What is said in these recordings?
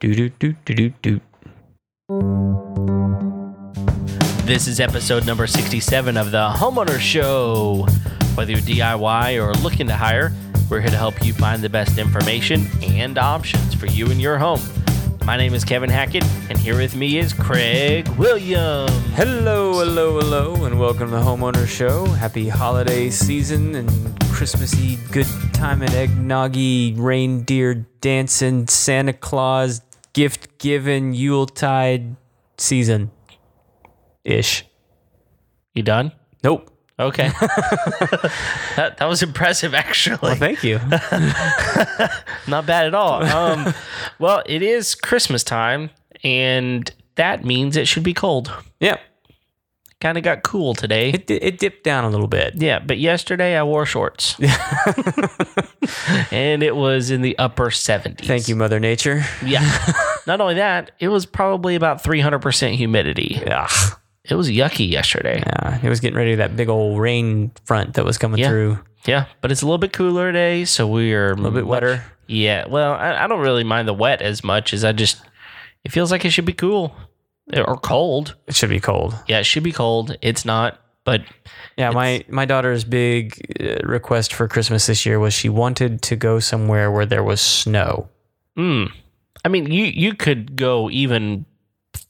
Do do do do do do. This is episode number 67 of the Homeowner Show. Whether you're DIY or looking to hire, we're here to help you find the best information and options for you and your home. My name is Kevin Hackett, and here with me is Craig Williams. Hello, hello, hello, and welcome to Homeowner Show. Happy holiday season and Christmassy good time and eggnoggy reindeer dancing Santa Claus gift giving Yuletide season ish. You done? Nope. Okay. that, that was impressive, actually. Well, thank you. Not bad at all. Um, well, it is Christmas time, and that means it should be cold. yeah, Kind of got cool today. it, di- it dipped down a little bit. Yeah, but yesterday I wore shorts. and it was in the upper 70s. Thank you, Mother Nature. Yeah. Not only that, it was probably about 300% humidity. Yeah. It was yucky yesterday. Yeah, it was getting ready to that big old rain front that was coming Yeah. through. Yeah, but it's a little bit cooler today, so we are a little bit wetter. Yeah, well, I, I don't really mind the wet as much as I just it feels like it should be cool or cold. It should be cold. Yeah, it should be cold. It's not, but Yeah, my my daughter's big uh, request for Christmas this year was she wanted to go somewhere where there was snow. mm, I mean, you you could go even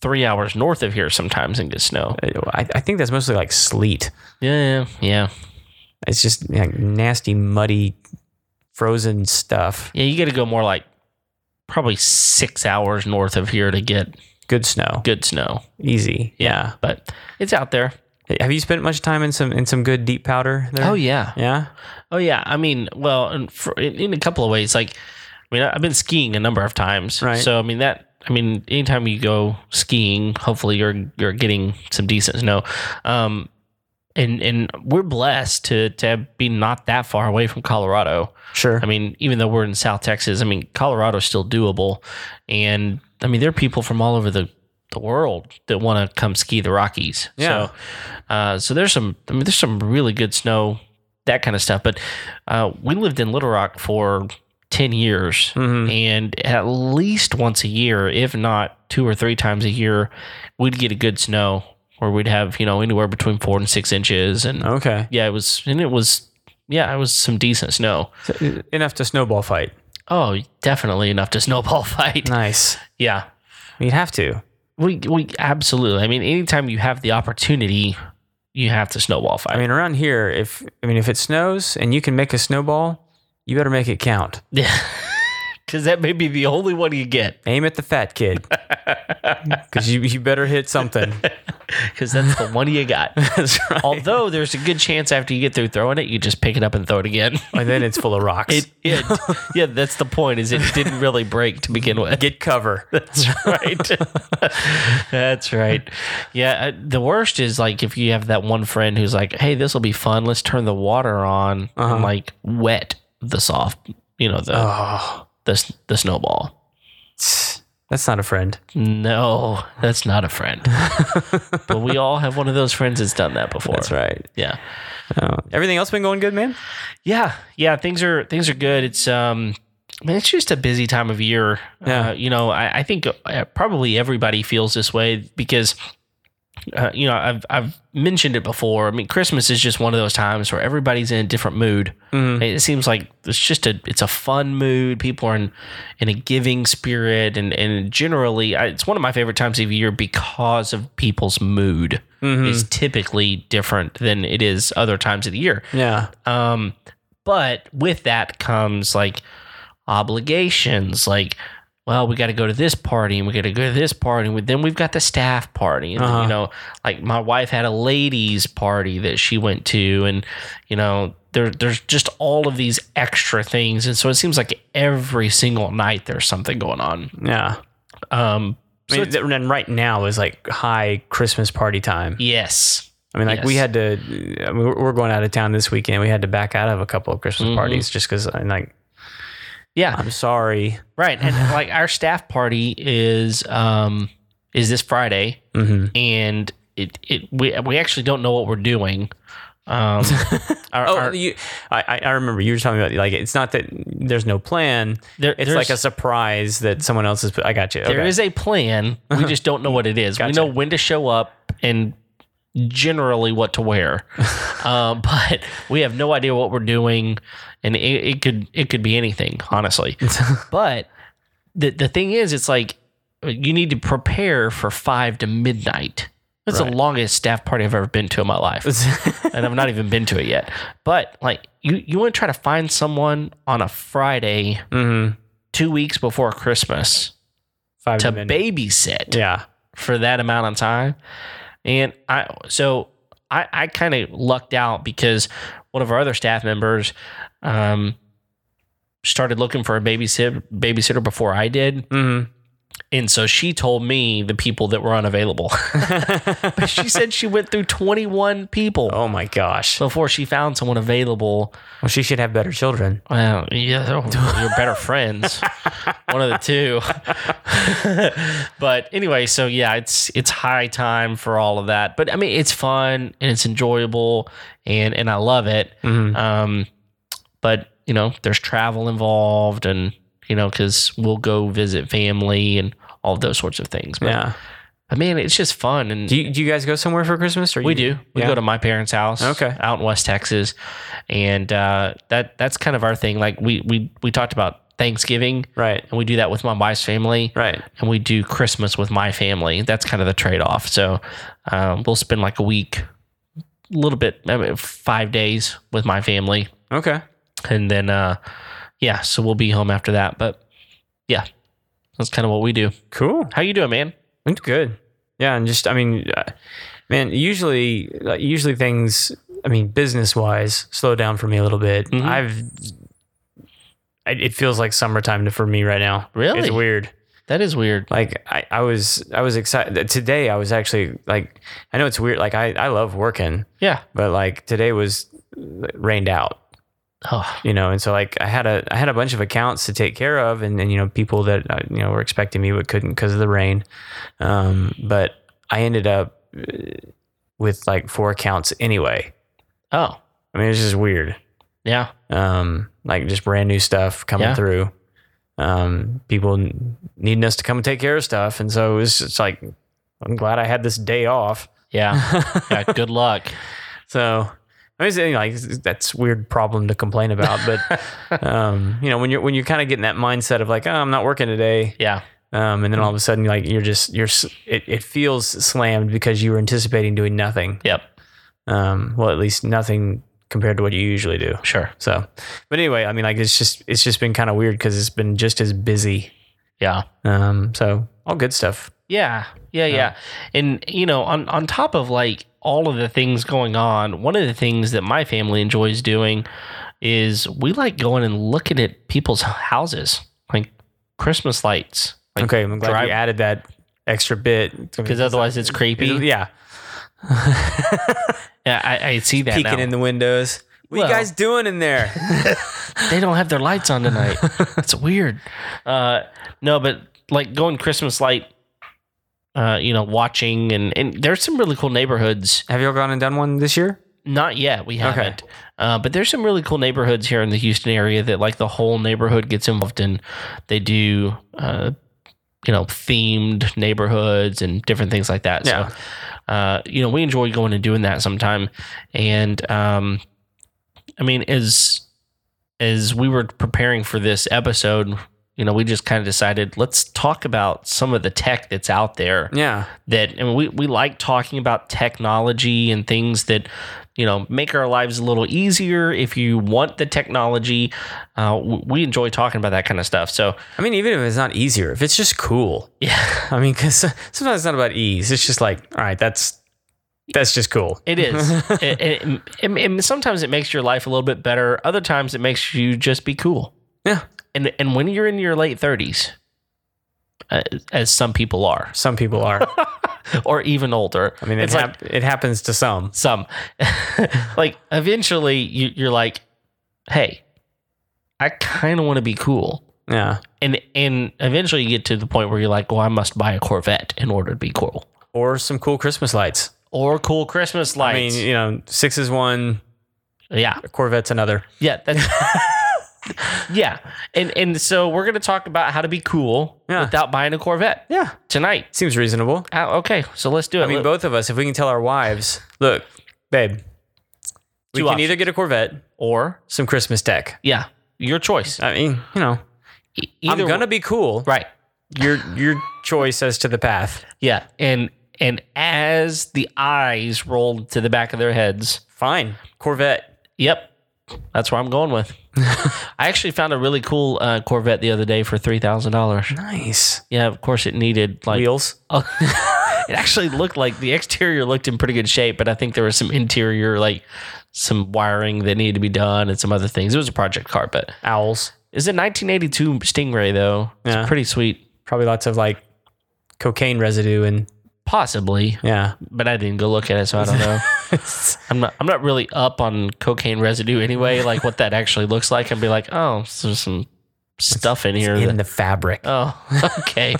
three hours north of here sometimes and get snow. I, I think that's mostly like sleet. Yeah, yeah, It's just like nasty, muddy, frozen stuff. yeah. You got to go more like probably six hours north of here to get Good snow, good snow. easy. Yeah. but it's out there. Have you spent much time in some in some good deep powder? There? Oh yeah, yeah. Oh yeah, I mean, well, and for, in, in a couple of ways, like, I mean, I've been skiing a number of times, Right. So I mean that, I mean, anytime you go skiing, hopefully you're you're getting some decent snow, um, and and we're blessed to to be not that far away from Colorado. Sure. I mean, even though we're in South Texas, I mean, Colorado's still doable, and I mean, there are people from all over the the world that want to come ski the Rockies. Yeah. So, uh, so there's some. I mean, there's some really good snow, that kind of stuff. But uh, we lived in Little Rock for ten years, Mhm. and at least once a year, if not two or three times a year, we'd get a good snow, where we'd have you know anywhere between four and six inches, and okay. yeah, it was and it was yeah, it was some decent snow. So, enough to snowball fight. Oh, definitely enough to snowball fight. Nice. Yeah. You'd have to. We we absolutely. I mean, anytime you have the opportunity, you have to snowball fight. I mean, around here, if I mean, if it snows and you can make a snowball, you better make it count. yeah. Cuz that may be the only one you get Aim at the fat kid, because you you better hit something. cuz that's the one you got. That's right. Although there's a good chance after you get through throwing it, you just pick it up and throw it again. and then it's full of rocks. It, it yeah, that's the point is it didn't really break to begin with. Get cover. That's right. That's right. Yeah. I- The worst is like if you have that one friend who's like, hey, this will be fun. Let's turn the water on and like wet the soft, you know, the, Oh, the, s- the snowball. that's not a friend. No, that's not a friend. but we all have one of those friends that's done that before. right. Yeah. everything else been going good, man? Yeah, yeah, things are things are good. It's um, I mean, it's just a busy time of year. Yeah. Uh, you know, I, I think uh, probably everybody feels this way because. Uh, you know, I've I've mentioned it before. I mean, Christmas is just one of those times where everybody's in a different mood. It seems like it's just a it's a fun mood. People are in in a giving spirit, and and generally, I, it's one of my favorite times of year because of people's mood is typically different than it is other times of the year. Yeah. Um, but with that comes like obligations, like, well, we got to go to this party and we got to go to this party. And then we've got the staff party. And, Uh-huh. you know, like my wife had a ladies' party that she went to. And, you know, there, there's just all of these extra things. And so it seems like every single night there's something going on. Yeah. Um, I mean, th- and right now is like high Christmas party time. yes. I mean, like we Yes. had to. I mean, we're we're going out of town this weekend. We had to back out of a couple of Christmas Mhm. parties just because, like, Yeah. Mm-hmm. I'm sorry. Right. And like our staff party is, um, is this Friday. Mm-hmm. and it, it we we actually don't know what we're doing. Um, our- Oh, our- you, I, I- I remember you were talking about like it's not that there's no plan. There- it's like there's- a surprise that someone else has. put- I got you. there okay. is a plan. We just don't know what it is. We Gotcha. know when to show up and generally what to wear, um, but we have no idea what we're doing, and it, it could it could be anything, honestly. but the the thing is, it's like you need to prepare for five to midnight. That's Right. the longest staff party I've ever been to in my life and I've not even been to it yet. But like you, you want to try to find someone on a Friday, Mhm. two weeks before Christmas, Five to minutes. babysit Yeah. for that amount of time. And I, so I, I kind of lucked out because one of our other staff members, um, started looking for a babysit babysitter before I did. Mm-hmm. And so she told me the people that were unavailable. but she said she went through 21 people Oh my gosh. before she found someone available. Well, she should have better children. Well, yeah, they're- you're better friends. One of the two. but anyway, so yeah, it's it's high time for all of that. But I mean, it's fun and it's enjoyable and and I love it. Mhm. Um, but you know, there's travel involved and you know, because we'll go visit family and all those sorts of things. But, Yeah. but man, it's just fun and Do you, do you guys go somewhere for Christmas? Or we you- do. We yeah. go to my parents' house, Okay. out in West Texas, and uh, that that's kind of our thing. Like we we we talked about Thanksgiving, Right. and we do that with my wife's family, Right. and we do Christmas with my family. That's kind of the trade off. So um, we'll spend like a week, a little bit, I mean, five days with my family, Okay. and then uh, yeah, so we'll be home after that. But yeah, that's kind of what we do. Cool. How you doing, man? It's good. Yeah, and just I mean, uh, man, usually like, usually things I mean business wise slow down for me a little bit. Mhm. I've I, it feels like summertime to- for me right now. Really? It's weird. That is weird. Like I, I was I was excited today. I was actually like I know it's weird. Like I I love working, Yeah. but like today was uh, rained out Oh, you know and so like i had a i had a bunch of accounts to take care of and, and you know people that uh, you know were expecting me but couldn't because of the rain um but i ended up uh, with like four accounts anyway oh, i mean it's just weird yeah. um like just brand new stuff coming Yeah. through um people n- needing us to come and take care of stuff and so it was just like i'm glad i had this day off Yeah. yeah. Good luck. So I mean, it's, you know, like that's a weird problem to complain about, but um, you know, when you're when you're kind of getting that mindset of like, oh, I'm not working today, Yeah. um, and then all of a sudden, like you're just you're s- it, it feels slammed because you were anticipating doing nothing. Yep. Um, well, at least nothing compared to what you usually do. Sure. So, but anyway, I mean, like it's just it's just been kind of weird because it's been just as busy. Yeah. Um, so all good stuff. Yeah. Yeah. Yeah. And you know, on on top of like all of the things going on, one of the things that my family enjoys doing is we like going and looking at people's houses, like Christmas lights, like Okay, I'm glad drive- you added that extra bit because otherwise it's creepy. yeah, Yeah, I, I see that peeking now. in the windows. What Well- you guys doing in there? they don't have their lights on tonight. That's weird. Uh, no, but like going Christmas light, uh, you know, watching and and there's some really cool neighborhoods Have y'all gone and done one this year? Not yet. We haven't. Uh, but there's some really cool neighborhoods here in the Houston area that like the whole neighborhood gets involved in. They do, uh, you know, themed neighborhoods and different things like that. Yeah. So, uh, you know, we enjoy going and doing that sometime. And, um, I mean, as, as we were preparing for this episode, you know, we just kind of decided let's talk about some of the tech that's out there Yeah. that and we, we like talking about technology and things that you know make our lives a little easier if you want the technology uh, w- we enjoy talking about that kind of stuff so I mean, even if it's not easier, if it's just cool. yeah I mean, because sometimes it's not about ease. It's just like, all right, that's that's just cool. it is it, it, it, it- sometimes it makes your life a little bit better other times it makes you just be cool Yeah. and and when you're in your late 30s uh, as some people are Some people are. or even older I mean, it, it's like hap- it happens to some. some like eventually you, you're like hey i kind of want to be cool Yeah. and and eventually you get to the point where you're like well i must buy a corvette in order to be cool Or some cool Christmas lights. or cool Christmas I lights. mean, you know, six is one, yeah, a Corvette's another. yeah, that's yeah. And and so we're gonna talk about how to be cool Yeah. without buying a Corvette Yeah, tonight. seems reasonable. Ah, okay, so let's do it. I mean, Look, both of us, if we can tell our wives, look, babe, we Two can options. either get a Corvette, or some Christmas deck. yeah, your choice. I mean, you know, E- I'm either gonna one- be cool. right. Your your choice as to the path. Yeah, and and as the eyes rolled to the back of their heads, Fine, Corvette. yep, that's where I'm going with. I actually found a really cool uh, Corvette the other day for three thousand dollars. Nice Yeah, of course it needed like wheels. it actually looked like the exterior looked in pretty good shape, but I think there was some interior like some wiring that needed to be done and some other things. It was a project car, but owls. it's a 1982 Stingray though. Yeah. It's pretty sweet, Probably lots of like cocaine residue and possibly, yeah. but I didn't go look at it, so I don't know. I'm not I'm not really up on cocaine residue anyway, like what that actually looks like, and be like, oh, there's some stuff in here. in that- the fabric. oh, okay,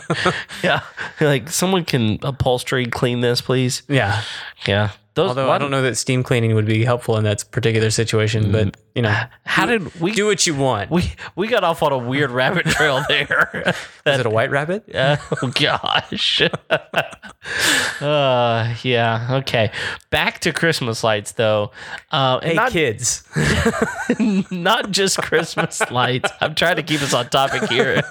yeah. Like someone can upholstery clean this, please. yeah. Yeah. Those, Although why I don't know that steam cleaning would be helpful in that particular situation, but you know, How did we Mm. do what you want. we we got off on a weird rabbit trail there. Is it a white rabbit? Uh, oh gosh. uh, yeah. Okay. Back to Christmas lights, though. Uh, and Hey not kids, not just Christmas lights. I'm trying to keep us on topic here.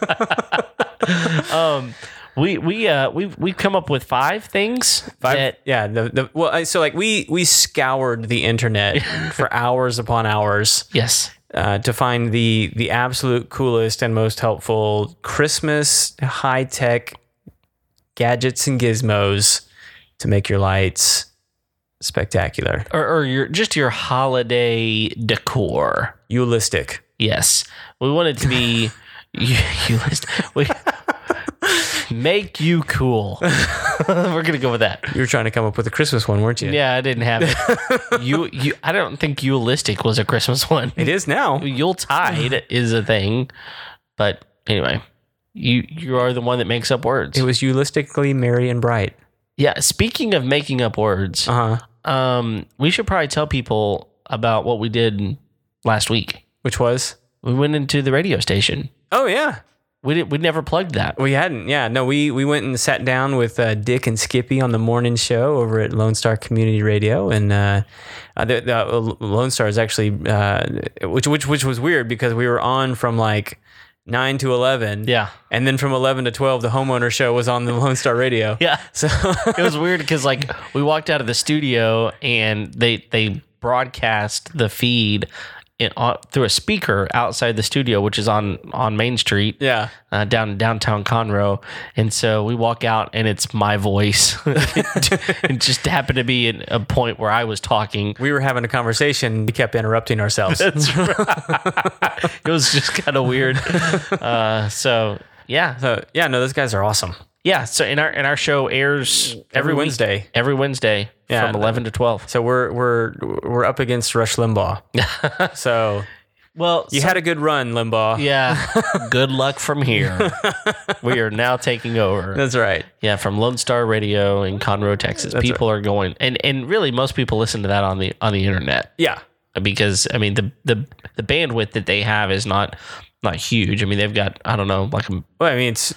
um, we we uh we we've come up with five things Five- that yeah. The, the well, I- so like we we scoured the internet for hours upon hours yes uh, to find the the absolute coolest and most helpful Christmas high tech gadgets and gizmos to make your lights spectacular, or, or your just your holiday decor. eulistic. Yes. We want it to be you, you list we make you cool. We're gonna go with that. You were trying to come up with a Christmas one, weren't you? Yeah, I didn't have it. you you I don't think Eulistic was a Christmas one. It is now. Yuletide is a thing. But anyway, you you are the one that makes up words. It was eulistically merry and bright. yeah, speaking of making up words, Uh huh. um, we should probably tell people about what we did last week. Which was? We went into the radio station. Oh yeah, We did, we never plugged that. we hadn't. Yeah, no, we we went and sat down with uh, Dick and Skippy on the morning show over at Lone Star Community Radio, and uh, uh, the, the uh, Lone Star is actually uh, which which which was weird because we were on from like nine to eleven. Yeah. And then from 11 to 12, the homeowner show was on the Lone Star Radio. Yeah. So, it was weird because like we walked out of the studio and they they broadcast the feed in, on, through a speaker outside the studio, which is on on Main Street yeah. uh, down in downtown Conroe. And so we walk out and it's my voice. it just happened to be in a point where I was talking. We were having a conversation. We kept interrupting ourselves. It was just kind of weird. Uh, so yeah, so, yeah, no, those guys are awesome. yeah. So in our in our show airs Every week- Wednesday. every Wednesday Yeah, from eleven to twelve. So we're we're we're up against Rush Limbaugh. so Well, you had a good run, Limbaugh. Yeah. Good luck from here. we are now taking over. That's right. Yeah, from Lone Star Radio in Conroe, Texas. people are going and and really most people listen to that on the on the internet Yeah. because I mean the the the bandwidth that they have is not not huge. I mean they've got I don't know like a Well, I mean, it's,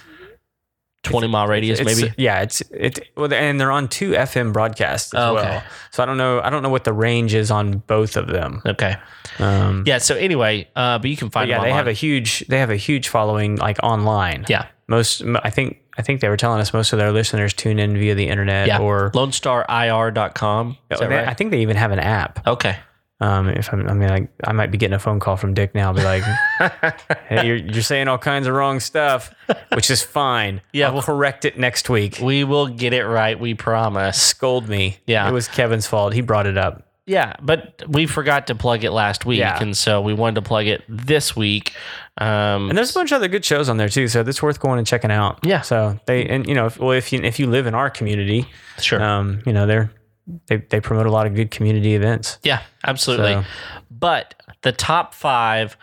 20 mile radius it's- maybe. yeah, it's it. Well, and they're on two FM broadcasts as Oh, okay. well. So I don't know. I don't know what the range is on both of them. Okay. Um, Yeah, so anyway, uh but you can but find yeah, them they have a online. huge they have a huge following like online. Yeah. Most m- I think I think they were telling us most of their listeners tune in via the internet Yeah. or. LoneStarIR.com. Is that They- right? I think they even have an app. Okay. Um, if I'm, I mean, like, I might be getting a phone call from Dick now. Be like, hey, you're, you're saying all kinds of wrong stuff, which is fine. Yeah, I'll well- correct it next week. We will get it right, we promise. Scold me. Yeah. it was Kevin's fault. He brought it up. Yeah, but we forgot to plug it last week, Yeah. and so we wanted to plug it this week. Um, And there's a bunch of other good shows on there too, so that's worth going and checking out. Yeah. So they and you know, if, well, if you if you live in our community, sure, um, you know, they're they they promote a lot of good community events. yeah, absolutely. So- But the top five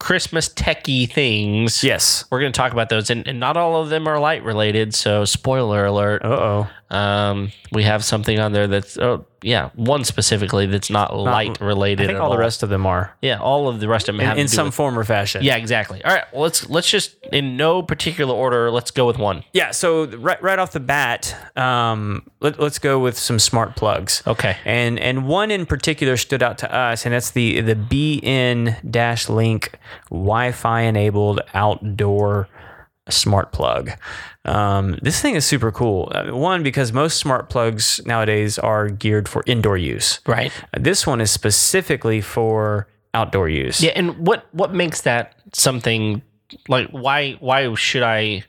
Christmas techie things. Yes. We're going to talk about those, and, and not all of them are light related. So, spoiler alert: Uh oh. um, we have something on there that's, oh, yeah, one specifically that's not, light related. I think at all the rest of them are yeah, all of the rest of them in, have in to do some with- form or fashion. yeah, exactly. All right, well, let's let's just in no particular order. Let's go with one. Yeah. So right right off the bat, um, let, let's go with some smart plugs. Okay. And and one in particular stood out to us, and that's the the BN dash link Wi-Fi enabled outdoor smart plug. Um, this thing is super cool. Uh, One because most smart plugs nowadays are geared for indoor use. Right. This one is specifically for outdoor use. Yeah, and what what makes that something like why why should I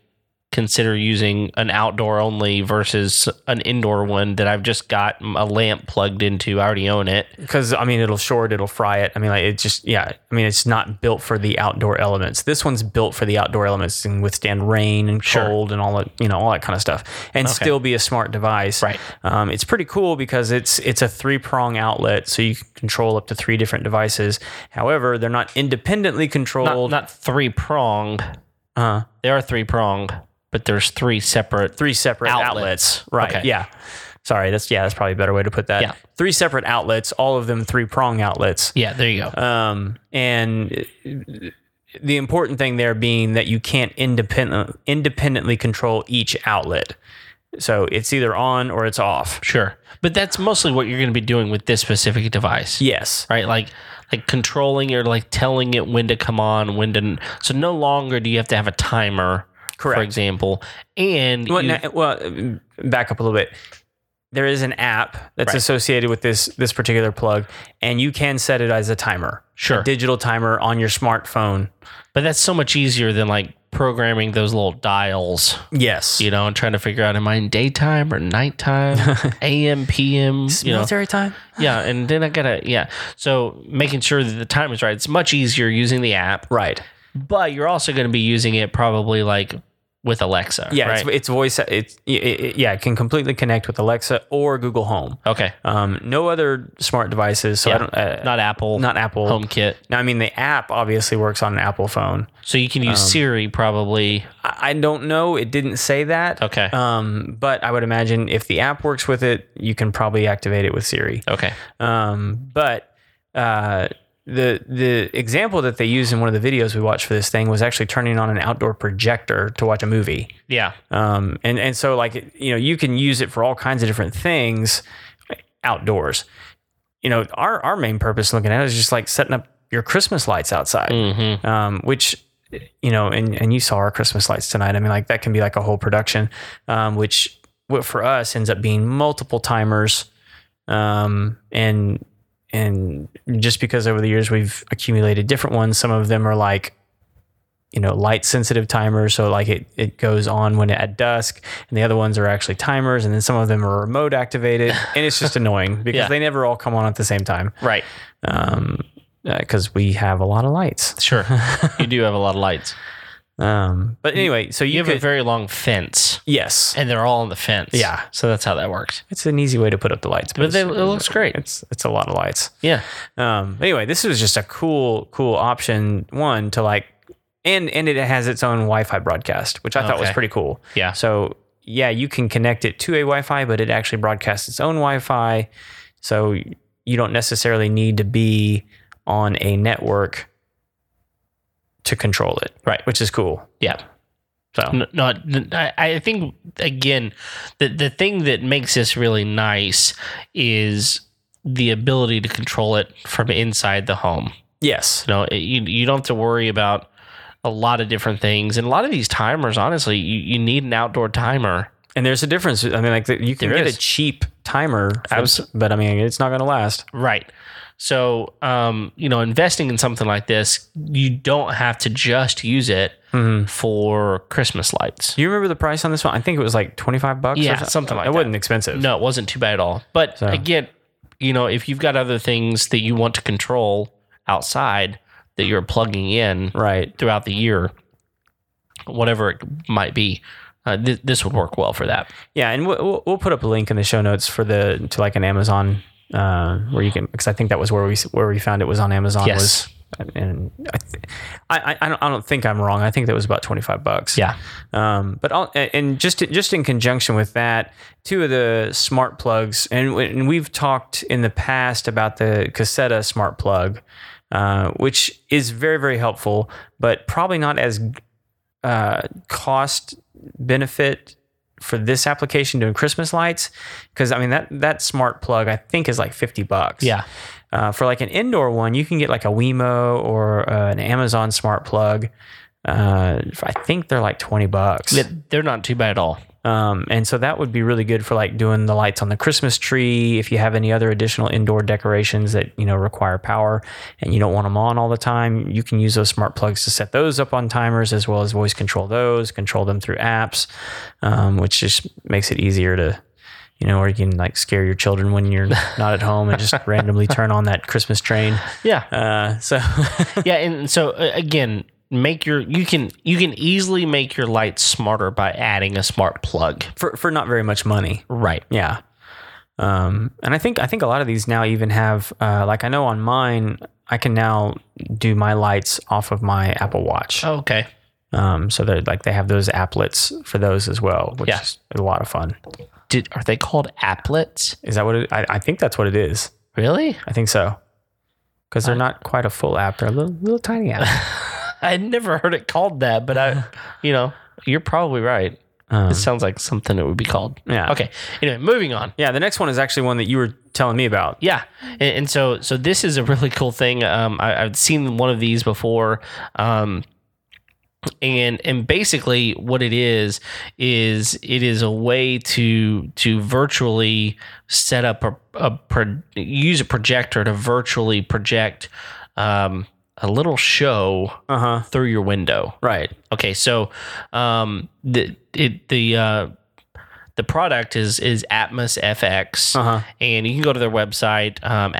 consider using an outdoor only versus an indoor one that I've just got a lamp plugged into? I already own it. because I mean it'll short, it'll fry it. I mean like it just yeah. I mean it's not built for the outdoor elements. This one's built for the outdoor elements and withstand rain and cold and all that you know all that kind of stuff, and still be a smart device. Right. Um, it's pretty cool because it's it's a three prong outlet, so you can control up to three different devices. However, they're not independently Not, controlled. not three pronged. Uh-huh. They are three pronged, but there's three separate. three separate outlets. Outlets. Right. Okay. Yeah. Sorry. That's yeah. That's probably a better way to put that. Yeah. Three separate outlets, all of them three prong outlets. Yeah, there you go. Um, and the important thing there being that you can't independent, independently control each outlet. So it's either on or it's off. sure, but that's mostly what you're going to be doing with this specific device. Yes. right? Like like controlling or like telling it when to come on, when to. So no longer do you have to have a timer, Correct. for example, and Well, you- no, well, back up a little bit. There is an app that's Right. associated with this this particular plug, and you can set it as a timer, sure, digital timer on your smartphone. but that's so much easier than like programming those little dials, Yes. you know, and trying to figure out am I in daytime or nighttime, AM, PM, you know, time. yeah, and then I gotta yeah. So making sure that the time is right. It's much easier using the app, Right. but you're also going to be using it probably like with Alexa, Yeah. right? It's, it's voice. It's it, it, yeah. It can completely connect with Alexa or Google Home. okay, Um, no other smart devices. So I Yeah. don't. Uh, not, not Apple, Apple. HomeKit. No, I mean the app obviously works on an Apple phone. So you can use Um, Siri probably. I, I don't know. It didn't say that. Okay. Um, but I would imagine if the app works with it, you can probably activate it with Siri. Okay. Um, but uh, the the example that they used in one of the videos we watched for this thing was actually turning on an outdoor projector to watch a movie. Yeah. Um, and and so like you know you can use it for all kinds of different things outdoors. You know our our main purpose looking at it is just like setting up your Christmas lights outside, hmm um, which you know and and you saw our Christmas lights tonight. I mean like that can be like a whole production, um, which what for us ends up being multiple timers, um, and and just because over the years we've accumulated different ones, some of them are like you know light sensitive timers so like it, it goes on when at dusk and the other ones are actually timers and then some of them are remote activated and it's just annoying because Yeah. they never all come on at the same time Right. um because we have a lot of lights Sure. you do have a lot of lights. um but anyway so you, You have could a very long fence, yes and they're all on the fence. Yeah. So that's how that works. it's an easy way to put up the lights But they, it it's- looks great. it's it's a lot of lights Yeah. um anyway this was just a cool cool option one to like and and it has its own wi-fi broadcast which i thought was Okay. pretty cool Yeah. So yeah, you can connect it to a Wi-Fi, but it actually broadcasts its own Wi-Fi. So you don't necessarily need to be on a network to control it. Right. Which is cool. Yeah. So N- No, n- I, I think again, the the thing that makes this really nice is the ability to control it from inside the home. yes. You know, it- you, you don't have to worry about a lot of different things, and a lot of these timers. Honestly, you, you need an outdoor timer. And there's a difference. I mean, like you can There get is. a cheap timer, for- Abs- but I mean, it's not going to last. Right. So, um, you know, investing in something like this, you don't have to just use it for Christmas lights. Do you remember the price on this one? I think it was like 25 bucks Yeah, or so- something like It that. wasn't expensive. No, it wasn't too bad at all. But So- again, you know, if you've got other things that you want to control outside that you're plugging in Right. throughout the year, whatever it might be, uh, th- this would work well for that. Yeah, and we'll- we'll we'll put up a link in the show notes for the to like an Amazon uh, where you can because I think that was where we where we found it was on Amazon Yes. was and I, th- I, I, I don't, I don't think I'm wrong. I think that was about 25 bucks. Yeah. Um, but I'll, and- and just just in conjunction with that, two of the smart plugs, and, and we've talked in the past about the Caseta smart plug, uh, which is very very helpful, but probably not as uh, cost benefit for this application doing Christmas lights, because I mean that that smart plug I think is like 50 bucks. Yeah. Uh, for like an indoor one, you can get like a Wemo or uh, an Amazon smart plug. Uh, I think they're like 20 bucks. But They're not too bad at all. Um, and so that would be really good for like doing the lights on the Christmas tree. If you have any other additional indoor decorations that, you know, require power and you don't want them on all the time, you can use those smart plugs to set those up on timers as well as voice control those, control them through apps, um, which just makes it easier to, you know, or you can like scare your children when you're not at home and just randomly turn on that Christmas train. Yeah. Uh, so yeah and so uh, again make your you can you can easily make your lights smarter by adding a smart plug for, for not very much money. right Yeah. Um, and I think I think a lot of these now even have uh, like I know on mine I can now do my lights off of my Apple Watch. Oh, okay Um, so they're like they have those applets for those as well, which Yeah. is a lot of fun. did are they called applets Is that what it, I, I think that's what it is? really I think so. Because Uh, they're not quite a full app; they're a little, little tiny app. i had never heard it called that but i you know you're probably right Um, it sounds like something it would be called yeah. okay anyway moving on Yeah. The next one is actually one that you were telling me about. Yeah, and, and so so this is a really cool thing. Um, I, I've seen one of these before, um, and and basically what it is is it is a way to to virtually set up a, a pro, use a projector to virtually project um, a little show Uh huh. through your window. Right. Okay, so um, the it, the uh, the product is is Atmos FX, Uh huh. and you can go to their website um,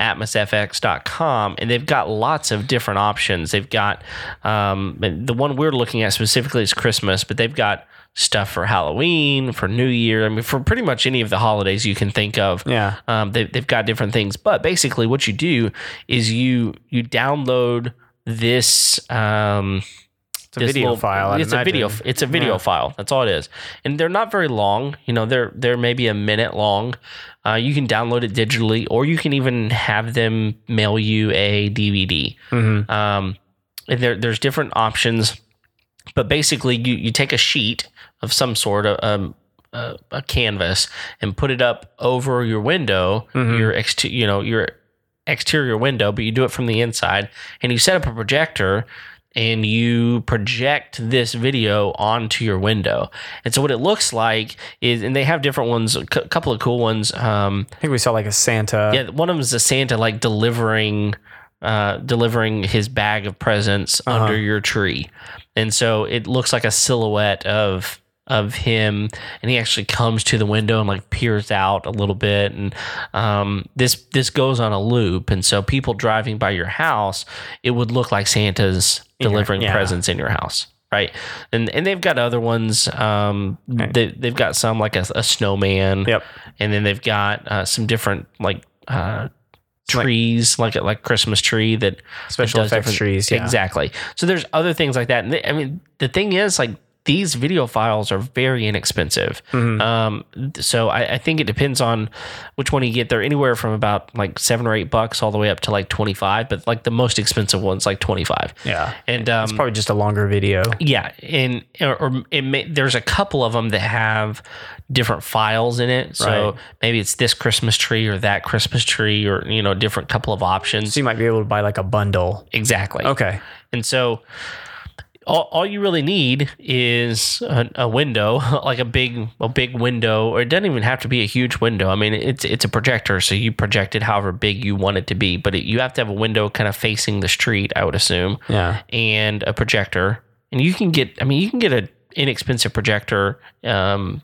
atmosfx.com and they've got lots of different options they've got um, the one we're looking at specifically is christmas but they've got stuff for halloween for new year i mean for pretty much any of the holidays you can think of Yeah. um, they, they've got different things but basically what you do is you you download this um, It's a this video little- file. I'd it's a video. imagine. It's a video Yeah. file. That's all it is. And they're not very long. You know, they're they're maybe a minute long. Uh, you can download it digitally, or you can even have them mail you a DVD. Mhm. Um, and there, there's different options, but basically, you you take a sheet of some sort of. Um, a, a canvas and put it up over your window, Mhm. your ex, you know, your exterior window, but you do it from the inside, and you set up a projector, and you project this video onto your window. And so what it looks like is, and they have different ones, a cou- couple of cool ones. Um, I think we saw like a Santa. yeah, one of them is a Santa like delivering, uh, delivering his bag of presents Uh-huh. under your tree, and so it looks like a silhouette of of him, and he actually comes to the window and like peers out a little bit, and um, this this goes on a loop, and so people driving by your house, it would look like Santa's In your- delivering yeah. presents in your house. Right, and and they've got other ones. Um, Right. they they've got some like a, a snowman Yep. and then they've got uh, some different like uh, Like- trees, like like, Christmas tree that Special that does effects different- trees. Yeah. Exactly. So there's other things like that. And they, I mean, the thing is, like these video files are very inexpensive. Mhm. Um, so I, I think it depends on which one you get. They're anywhere from about like seven or eight bucks all the way up to like twenty five. But like the most expensive one's like twenty five. Yeah. And um, It's probably just a longer video. yeah, and or, or it may, there's a couple of them that have different files in it. So Right. maybe it's this Christmas tree or that Christmas tree or you know different couple of options. So you might be able to buy like a bundle. Exactly. Okay. And so all, all you really need is a, a window, like a big a big window, or it doesn't even have to be a huge window. I mean, it's it's a projector, so you project it however big you want it to be. But it, you have to have a window kind of facing the street, I would assume Yeah. and a projector. And you can get, I mean, you can get an inexpensive projector. Um,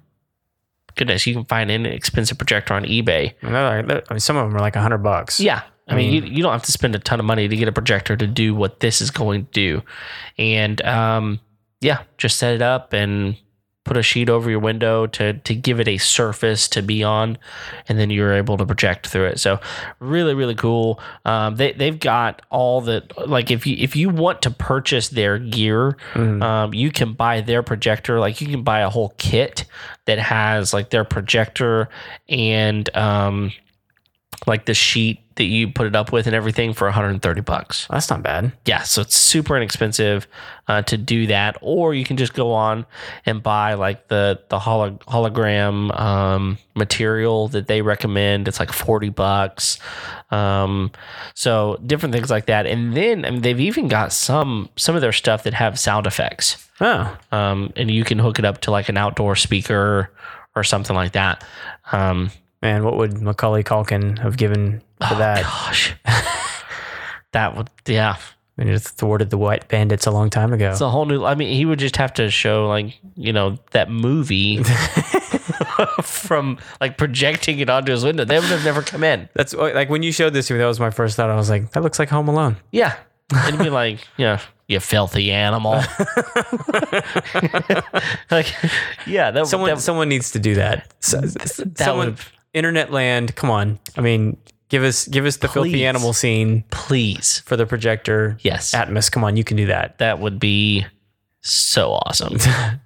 goodness, you can find an inexpensive projector on eBay. I mean, they're like- they're- I mean, some of them are like a hundred bucks. Yeah. I I mean, you, you don't have to spend a ton of money to get a projector to do what this is going to do. And um, yeah, just set it up and put a sheet over your window to to give it a surface to be on, and then you're able to project through it. So really, really cool. Um, they they've got all the like if you if you want to purchase their gear, Mm. Mm-hmm. Oh, um, you can buy their projector. Like you can buy a whole kit that has like their projector and um, like the sheet that you put it up with and everything for 130 bucks That's not bad. yeah, so it's super inexpensive uh, to do that, or you can just go on and buy like the the holo- hologram um, material that they recommend. It's like forty bucks, um, so different things like that. And then I mean, they've even got some some of their stuff that have sound effects Oh, um, and you can hook it up to like an outdoor speaker or something like that. Um, man, what would Macaulay Culkin have given for Oh, that? gosh, that would yeah, I mean, it thwarted the White Bandits a long time ago. it's a whole new. I mean, he would just have to show like you know that movie from like projecting it onto his window. They would have never come in. That's oh, like when you showed this to me. That was my first thought. I was like, that looks like Home Alone. Yeah, it'd be like yeah. You filthy animal! like, yeah, that, Someone, that someone nenes to do that. So, someone, would've- internet land. Come on. I mean, give us, give us the Please. filthy animal scene please, for the projector. yes, Atmos. Come on, you can do that. that would be so awesome,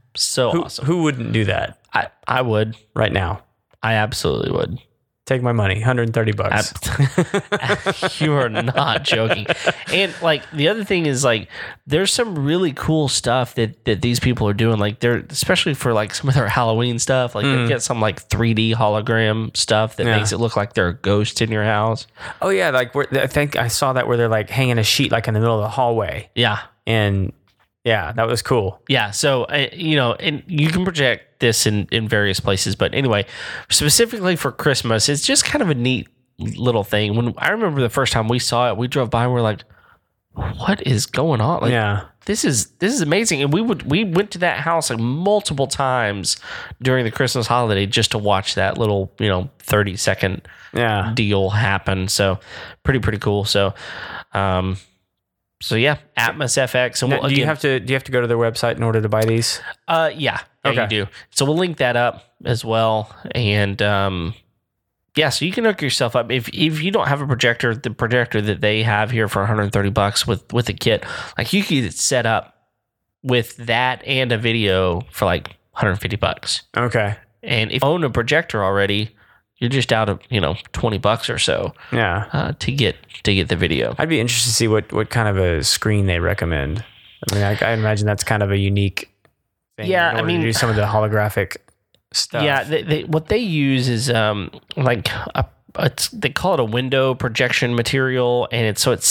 so Who, awesome. who wouldn't do that I, I would. right now? I absolutely would. Take my money, 130 bucks. you are not joking. And like the other thing is like there's some really cool stuff that that these people are doing. Like they're especially for like some of their Halloween stuff. Like they get some like 3D hologram stuff that Mm. Yeah. makes it look like they're a ghost in your house. oh yeah, like where, I think I saw that where they're like hanging a sheet like in the middle of the hallway, Yeah. and yeah, that was cool. Yeah, so uh, you know, and you can project this in in various places, but anyway, specifically for Christmas, it's just kind of a neat little thing. When I remember the first time we saw it, we drove by and we're like, "What is going on?" Like, yeah, this is this is amazing and we would we went to that house like multiple times during the christmas holiday just to watch that little you know 30 second yeah. deal happen so pretty pretty cool so um so yeah atmos fx and Now, we'll, do you again, have to do you have to go to their website in order to buy these? uh yeah, yeah Okay. you do so we'll link that up as well and um yeah, so you can hook yourself up if if you don't have a projector, the projector that they have here for 130 bucks with with a kit, like you could get it set up with that and a video for like 150 bucks. Okay. And if you own a projector already, you're just out of you know 20 bucks or so Yeah. uh, to get to get the video. I'd be interested to see what, what kind of a screen they recommend. I mean, I, I imagine that's kind of a unique thing. Yeah, in I order mean- to do some of the holographic stuff. Yeah, they, they, what they use is um like a, it's they call it a window projection material, and it's so it's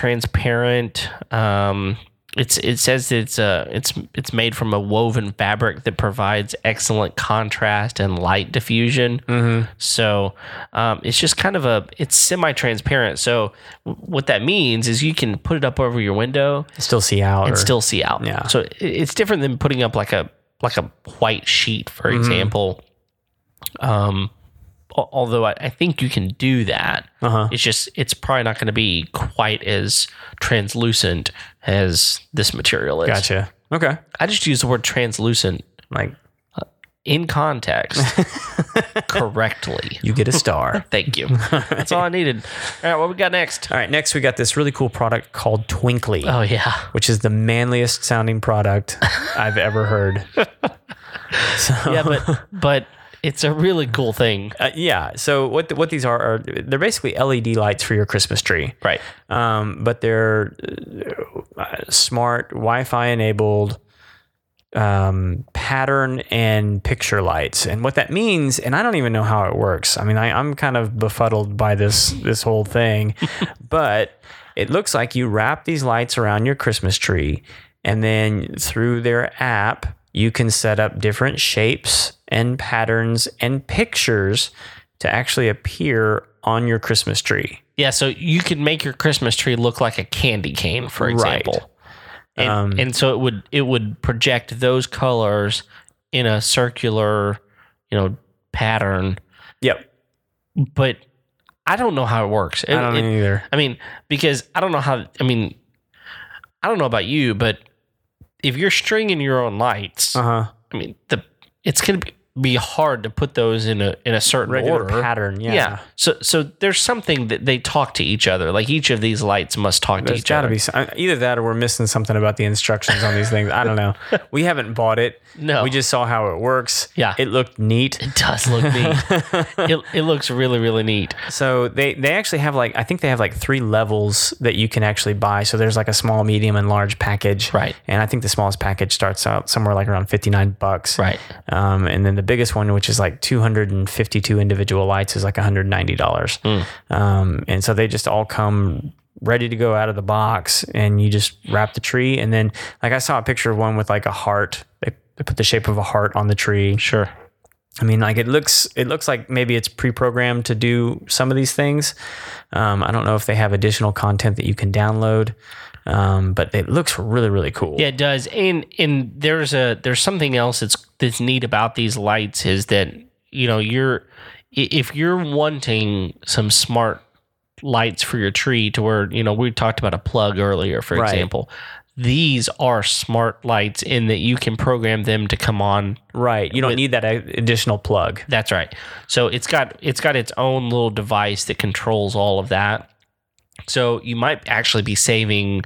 semi-transparent. Um, it's it says that it's uh it's it's made from a woven fabric that provides excellent contrast and light diffusion. Mm-hmm. So um, it's just kind of a it's semi-transparent. So w- what that means is you can put it up over your window Still see out. and or- still see out. Yeah. So it- it's different than putting up like a like a white sheet, for Mm-hmm. example. Um, al- although I, I think you can do that. Uh-huh. It's just it's probably not going to be quite as translucent as this material is. Gotcha. Okay. I just use the word translucent Like in context correctly. you get a star. Thank you. That's all I needed. All right, what we got next? All right. Next, we got this really cool product called Twinkly, Oh yeah. which is the manliest sounding product I've ever heard. So, Yeah, but but it's a really cool thing. uh, yeah. So what the, what these are are they're basically LED lights for your Christmas tree. Right. um, but they're uh, smart Wi-Fi enabled um, pattern and picture lights. And what that means, and I don't even know how it works. I mean, I, I'm kind of befuddled by this this whole thing, but it looks like you wrap these lights around your Christmas tree, and then through their app, you can set up different shapes and patterns and pictures to actually appear on your Christmas tree. Yeah, so you could make your Christmas tree look like a candy cane, for example. And, Um, and so it would it would project those colors in a circular, you know, pattern. Yep. But I don't know how it works. It- I don't it- know either. I mean, because I don't know how. I mean, I don't know about you, but if you're stringing your own lights, Uh huh. I mean, the it's going to be hard to put those in a in a certain regular order. pattern. Yeah. Yeah. So so there's something that they talk to each other. Like each of these lights must talk to There's each got to other. be some, either that or we're missing something about the instructions on these things. I don't know. We haven't bought it. No. We just saw how it works. Yeah. It looked neat. it does look neat. it, it looks really really neat. So they they actually have like I think they have like three levels that you can actually buy. So there's like a small, medium, and large package. Right. And I think the smallest package starts out somewhere like around 59 bucks. Right. Um, and then the biggest one, which is like 252 individual lights, is like 190 dollars. Um, and so they just all come ready to go out of the box, and you just wrap the tree. And then, like I saw a picture of one with like a heart. They, they put the shape of a heart on the tree. Sure. I mean, like it looks it looks like maybe it's pre-programmed to do some of these things. Um, I don't know if they have additional content that you can download, um, but it looks really really cool. Yeah, it does. And and there's a there's something else that's that's neat about these lights is that you know you're i- if you're wanting some smart lights for your tree to where you know we talked about a plug earlier for Right. example these are smart lights in that you can program them to come on Right. You don't need that a- additional plug. that's right so it's got it's got its own little device that controls all of that so you might actually be saving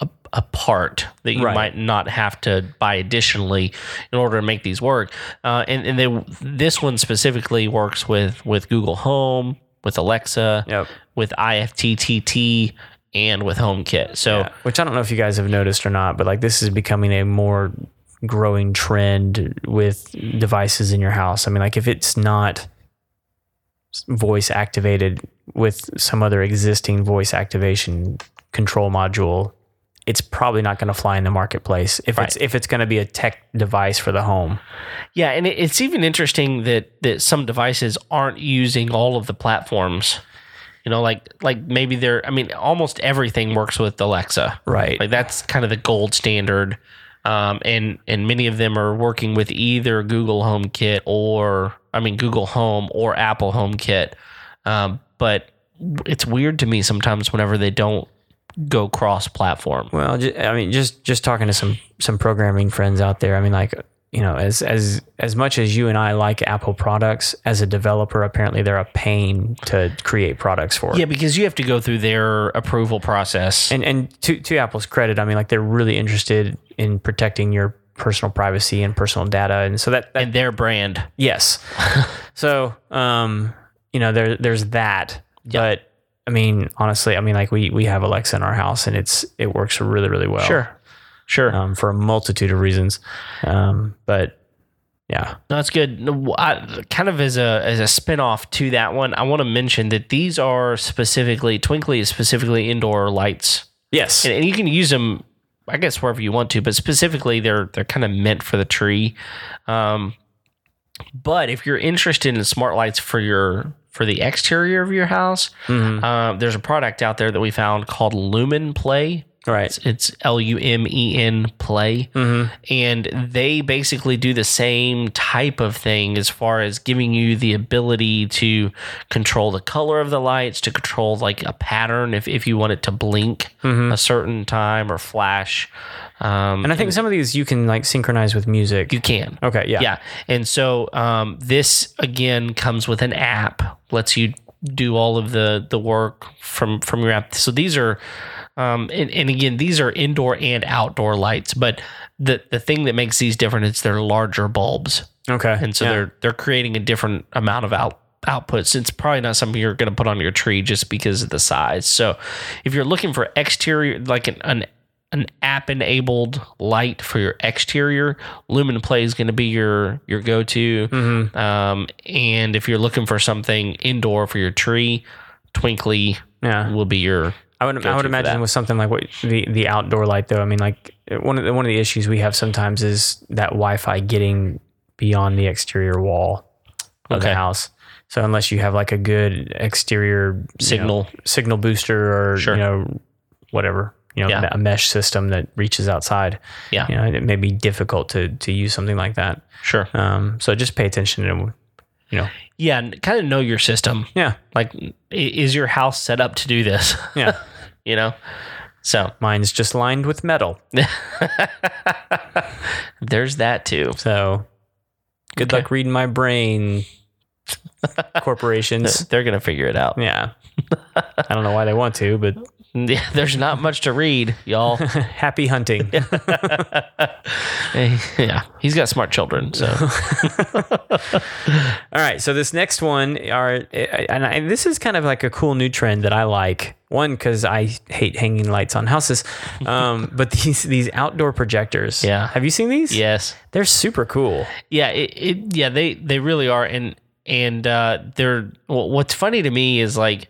a, a part that you Right. might not have to buy additionally in order to make these work uh, and and they, this one specifically works with with google home with alexa Yep. with ifttt and with homekit so Yeah. Which I don't know if you guys have noticed or not, but like this is becoming a more growing trend with devices in your house. I mean, like if it's not voice activated with some other existing voice activation control module, it's probably not going to fly in the marketplace if it's if it's going to be a tech device for the home. Yeah, and it, it's even interesting that that some devices aren't using all of the platforms. You know, like like maybe they're. I mean, almost everything works with Alexa. Right. Like that's kind of the gold standard, um, and and many of them are working with either Google Home Kit or I mean Google Home or Apple Home Kit. Um, but it's weird to me sometimes whenever they don't go cross platform. Well, ju- I mean, just just talking to some some programming friends out there. I mean, like you know, as as as much as you and I like Apple products, as a developer, apparently they're a pain to create products for. Yeah, because you have to go through their approval process. And and to to Apple's credit, I mean, like they're really interested in protecting your personal privacy and personal data, and so that, that and their brand. Yes. so, um, you know, there there's that. But I mean, honestly, I mean, like we we have Alexa in our house, and it's it works really really well. Sure. Sure. um, for a multitude of reasons. Um, but yeah, No, that's good. No, I, kind of as a as a spinoff to that one, I want to mention that these are specifically Twinkly is specifically indoor lights, yes, and, and you can use them, I guess, wherever you want to. But specifically, they're they're kind of meant for the tree. Um, but if you're interested in smart lights for your for the exterior of your house, Mm-hmm. uh, there's a product out there that we found called Lumen Play. right, Mm-hmm. It's L U M E N play. And they basically do the same type of thing as far as giving you the ability to control the color of the lights, to control like a pattern if, if you want it to blink a certain time or flash. Um, and I think some of these you can like synchronize with music. you can. okay, yeah, Yeah. And so um, this again comes with an app, lets you do all of the the work from from your app. So these are um, and, and again, these are indoor and outdoor lights, but the the thing that makes these different is they're larger bulbs. okay, And so yeah. they're they're creating a different amount of out outputs. It's probably not something you're going to put on your tree just because of the size. So if you're looking for exterior like an an, an app enabled light for your exterior, Lumen Play is going to be your your go to. Mm-hmm. Um, and if you're looking for something indoor for your tree, Twinkly yeah. will be your I would I go-to would Mm-hmm. for imagine that. with something like what the the outdoor light though. I mean, like one of the one of the issues we have sometimes is that Wi-Fi getting beyond the exterior wall of Okay. the house. So unless you have like a good exterior you know, signal. signal booster or Sure. you know whatever you know Yeah. a mesh system that reaches outside Yeah. you know it may be difficult to to use something like that Sure. um so just pay attention and you know Yeah, kind of know your system. yeah Like i- is your house set up to do this? yeah you know So Mine's just lined with metal. there's that too. So good Okay. luck reading my brain, corporations. They're gonna figure it out. yeah. I don't know why they want to, but Yeah, there's not much to read, y'all. happy hunting. yeah, he's got smart children, so All right, so this next one are and I, this is kind of like a cool new trend that I like. One because I hate hanging lights on houses, um, but these these outdoor projectors. Yeah. have you seen these? yes, they're super cool. yeah, it, it, yeah, they they really are, and and uh, they're well, what's funny to me is like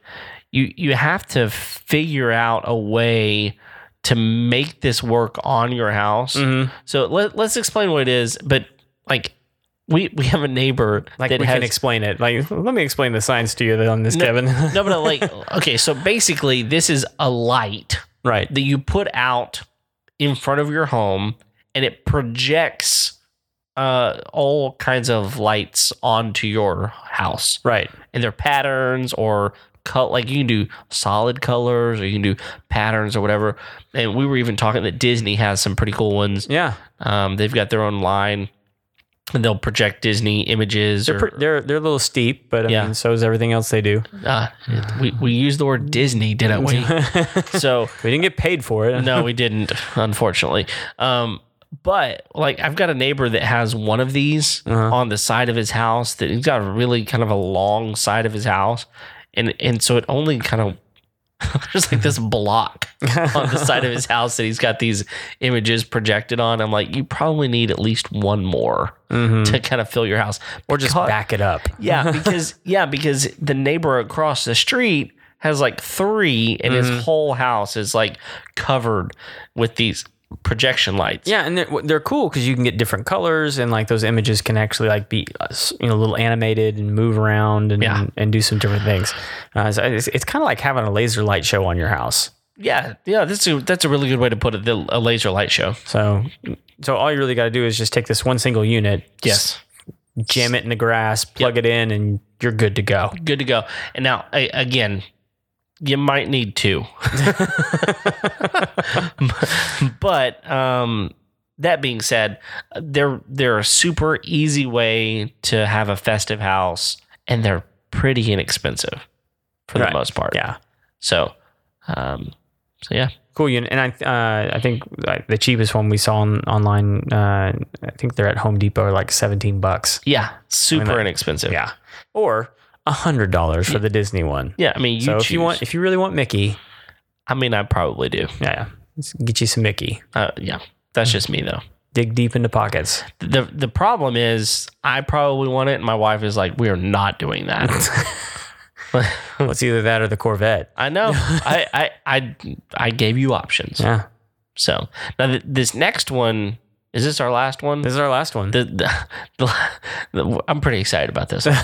you you have to figure out a way to make this work on your house. So let let's explain what it is, but like we we have a neighbor Like that we has can explain it. Like let me explain the science to you on this, Kevin. no, but uh, like okay, so basically this is a light right. that you put out in front of your home and it projects uh, all kinds of lights onto your house Right. and their patterns or cut like you can do solid colors or you can do patterns or whatever and we were even talking that disney has some pretty cool ones Yeah. um, they've got their own line and they'll project disney images They're or, pre- they're they're a little steep, but I Yeah. mean, so is everything else they do. uh, we, we used the word disney didn't we so We didn't get paid for it. no, we didn't, unfortunately. Um, but like I've got a neighbor that has one of these on the side of his house that he's got a really kind of a long side of his house. And and so it only kind of there's like this block on the side of his house that he's got these images projected on. I'm like, you probably need at least one more to kind of fill your house. Or just Back it up. yeah, because yeah, because the neighbor across the street has like three, and Mm-hmm. his whole house is like covered with these projection lights. Yeah, and they're, they're cool because you can get different colors, and like those images can actually like be uh, s- you know a little animated and move around and Yeah. and do some different things. Uh, so it's it's kind of like having a laser light show on your house. yeah, yeah. That's a that's a really good way to put it. The, a laser light show. So so all you really got to do is just take this one single unit, just Yes, jam it in the grass, plug it in, and you're good to go. good to go. And now a again, you might need two, but um. That being said, they're they're a super easy way to have a festive house, and they're pretty inexpensive for Right. the most part. Yeah, So, um, so yeah, cool unit. And I uh, I think uh, the cheapest one we saw on, online, uh, I think they're at Home Depot, are like seventeen bucks. yeah, super that- inexpensive. Yeah, or hundred dollars for the Disney one. yeah. I mean, you so choose. if you want, if you really want Mickey, I mean, I probably do. yeah, let's get you some Mickey. Uh, yeah, that's just me though. Dig deep into pockets. the The problem is, I probably want it, and my wife is like, "We are not doing that." Well, it's either that or the Corvette. I know. I, I I I gave you options. Yeah, So now th- this next one is this our last one? this is our last one. the, the, the, the- I'm pretty excited about this. one.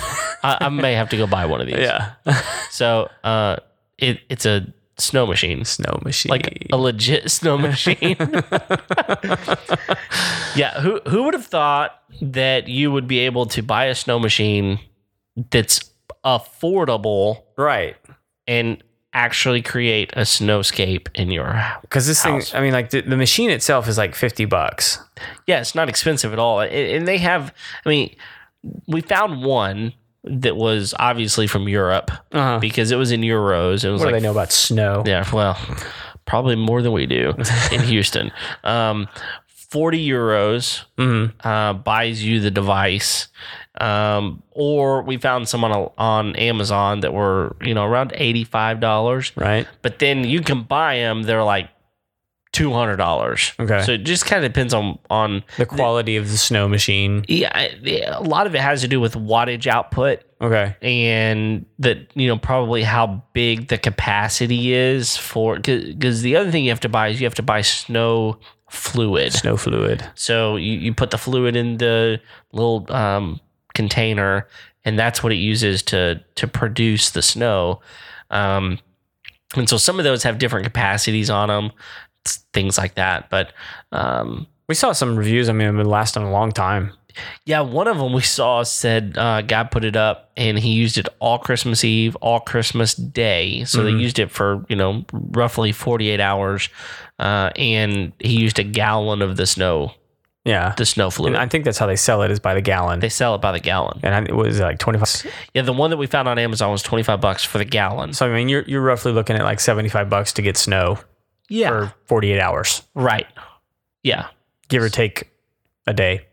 I, I may have to go buy one of these. yeah, So uh, it it's a snow machine. snow machine. like a legit snow machine. yeah, who who would have thought that you would be able to buy a snow machine that's affordable right, and actually create a snowscape in your because this House. thing. I mean, like the, the machine itself is like fifty bucks. Yeah, it's not expensive at all. And- And they have I mean, we found one that was obviously from Europe Uh-huh. because it was in euros. It was What like do they know about snow? Yeah, well, probably more than we do in Houston. Um, 40 euros Mm-hmm. uh, buys you the device. Um, or we found some on, a, on Amazon that were, you know, around $85. Right. But then you can buy them, they're like $200. Okay. So it just kind of depends on, on The quality of the snow machine. yeah, I- a lot of it has to do with wattage output Okay. and that you know probably how big the capacity is for because the other thing you have to buy is you have to buy snow fluid Snow fluid. so you, you put the fluid in the little um, container and that's what it uses to to produce the snow um, and so some of those have different capacities on them things like that but um, We saw some reviews. I mean, it would last them a long time. Yeah, one of them we saw said uh, guy put it up and he used it all Christmas Eve, all Christmas Day. So Mm-hmm. they used it for you know roughly forty eight hours, uh, and he used a gallon of the snow, Yeah. the snow fluid. And I think that's how they sell it is by the gallon. they sell it by the gallon. And I, it was like 25. Yeah, the one that we found on Amazon was twenty five bucks for the gallon. So, I mean, you're, you're roughly looking at like 75 bucks to get snow Yeah, for 48 hours, right. Yeah, give or take a day.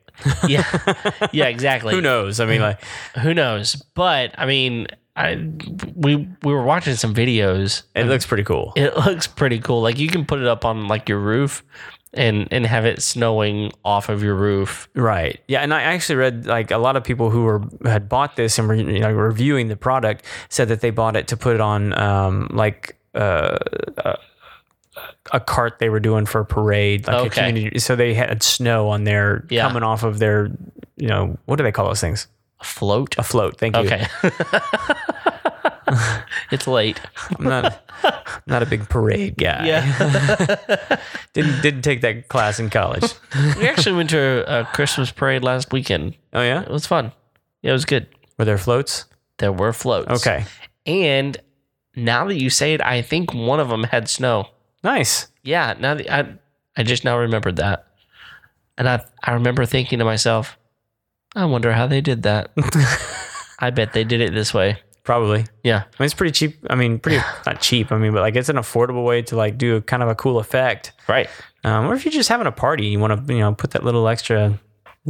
yeah, yeah. Exactly. Who knows? I mean, like, Who knows? But I mean, I we we were watching some videos. it looks pretty cool. It looks pretty cool. Like you can put it up on like your roof, and and have it snowing off of your roof. Right. Yeah, and I actually read like a lot of people who were had bought this and were you know, reviewing the product said that they bought it to put it on um, like uh, a- a cart they were doing for a parade, like a Okay. community. So they had snow on their Yeah. coming off of their, you know, what do they call those things? Float. A float. Thank you. Okay. it's late. I'm not not a big parade guy. Yeah. Didn't didn't take that class in college. we actually went to a, a Christmas parade last weekend. Oh yeah. It was fun. Yeah, it was good. Were there floats? There were floats. Okay. And now that you say it, I think one of them had snow. Nice. Yeah, now that I I just now remembered that. And I I remember thinking to myself, I wonder how they did that. I bet they did it this way. Probably. Yeah. I mean, it's pretty cheap. I mean, pretty not cheap. I mean, but like it's an affordable way to like do a kind of a cool effect. Right. Um, or if you're just having a party, you want to you know put that little extra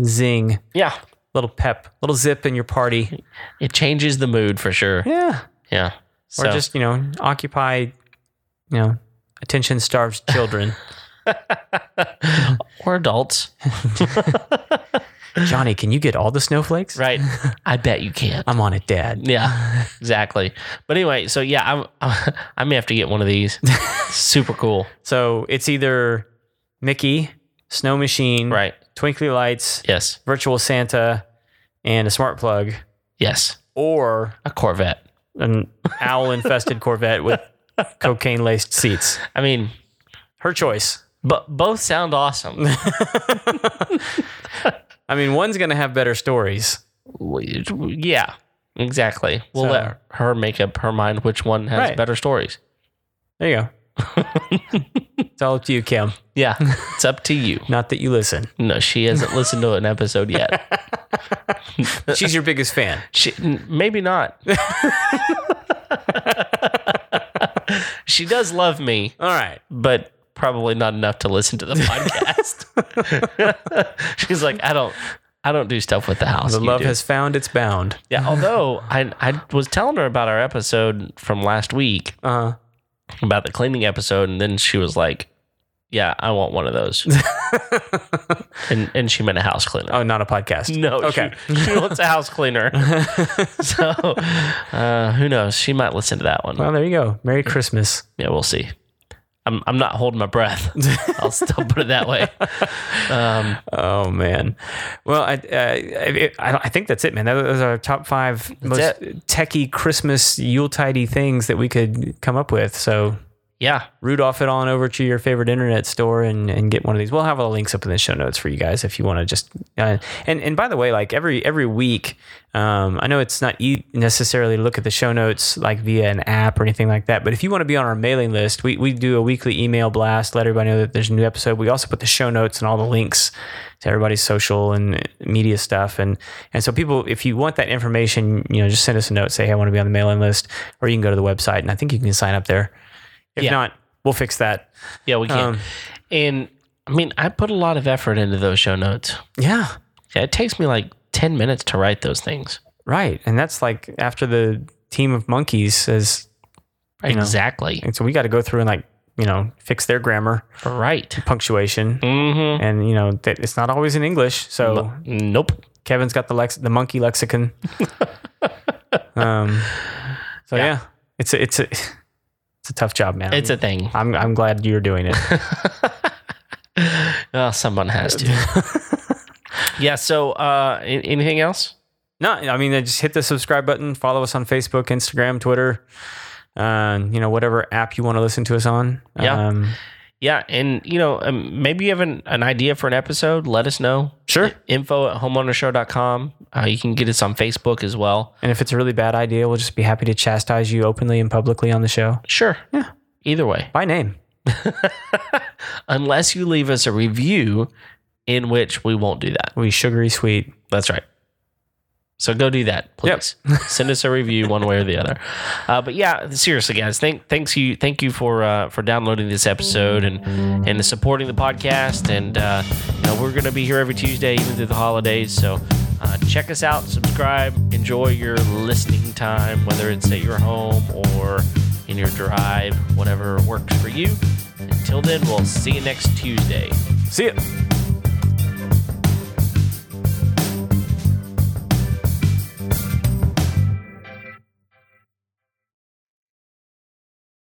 zing, Yeah. little pep, little zip in your party. It changes the mood for sure. Yeah. Yeah. Or just you know occupy, you know, attention starved children. or adults. Johnny, can you get all the snowflakes? Right. I bet you can. I'm on it, Dad. Yeah, exactly. But anyway, so yeah, I'm, I may have to get one of these. Super cool. So it's either Mickey, Snow Machine, Right. Twinkly Lights, Yes. Virtual Santa, and a smart plug, Yes. or A Corvette. an owl infested Corvette with cocaine laced seats. I mean, Her choice. But both sound awesome. I mean, one's going to have better stories. yeah, exactly. We'll So- let her make up her mind which one has Right. better stories. There you go. it's all up to you, Kim. Yeah, it's up to you. Not that you listen. No, she hasn't listened to an episode yet. She's your biggest fan. She, n- maybe not. she does love me, All right. but probably not enough to listen to the podcast. She's like, I don't, I don't do stuff with the house. The You love do. has found its bound. yeah. Although I, I was telling her about our episode from last week, Uh, about the cleaning episode, and then she was like, "Yeah, I want one of those," and and she meant a house cleaner. oh, not a podcast. no, Okay. she, she wants a house cleaner. so uh, who knows? She might listen to that one. Well, there you go. Merry Christmas. Yeah, we'll see. I'm I'm not holding my breath. I'll still put it that way. Um, Oh man, well, I uh, I, I, don't- I think that's it, man. That was our top five most techie Christmas Yuletide things that we could come up with. So yeah, Rudolph it on over to your favorite internet store and, and get one of these. We'll have all the links up in the show notes for you guys if you want to just uh, and and by the way, like every every week, um, I know it's not e- necessarily to look at the show notes like via an app or anything like that. But if you want to be on our mailing list, we we do a weekly email blast, let everybody know that there's a new episode. We also put the show notes and all the links to everybody's social and media stuff and and so people, if you want that information, you know, just send us a note, say hey, I want to be on the mailing list, or you can go to the website and I think you can sign up there. If Yeah. not, we'll fix that. yeah, we can. Um, and I mean, I put a lot of effort into those show notes. Yeah, Yeah, it takes me like ten minutes to write those things. right. And that's like after the team of monkeys says, know. Exactly. and so we got to go through and like you know fix their grammar, Right. punctuation, Mm-hmm. and you know that it's not always in English. So Nope. Kevin's got the lex- the monkey lexicon. um, so yeah. it's a, it's a it's a tough job, man. It's a thing. I'm I'm glad you're doing it. Well, someone has to. yeah. So, uh, a- anything else? No, I mean, uh, just hit the subscribe button. Follow us on Facebook, Instagram, Twitter, uh, you know, whatever app you want to listen to us on. Yeah. Um, yeah, and you know, um, maybe you have an, an idea for an episode. Let us know. Sure. Info at homeownershow.com. Uh, you can get us on Facebook as well. And if it's a really bad idea, we'll just be happy to chastise you openly and publicly on the show Sure. Yeah. Either way, by name. unless you leave us a review, in which we won't do that. We sugary sweet. That's right. So go do that, Yep. please. Send us a review one way or the other. Uh, but yeah, seriously, guys, thank thanks you thank you for uh, for downloading this episode and and supporting the podcast. And uh, you know, we're gonna be here every Tuesday, even through the holidays. So uh, check us out, subscribe, enjoy your listening time, whether it's at your home or in your drive, whatever works for you. Until then, we'll see you next Tuesday. See ya.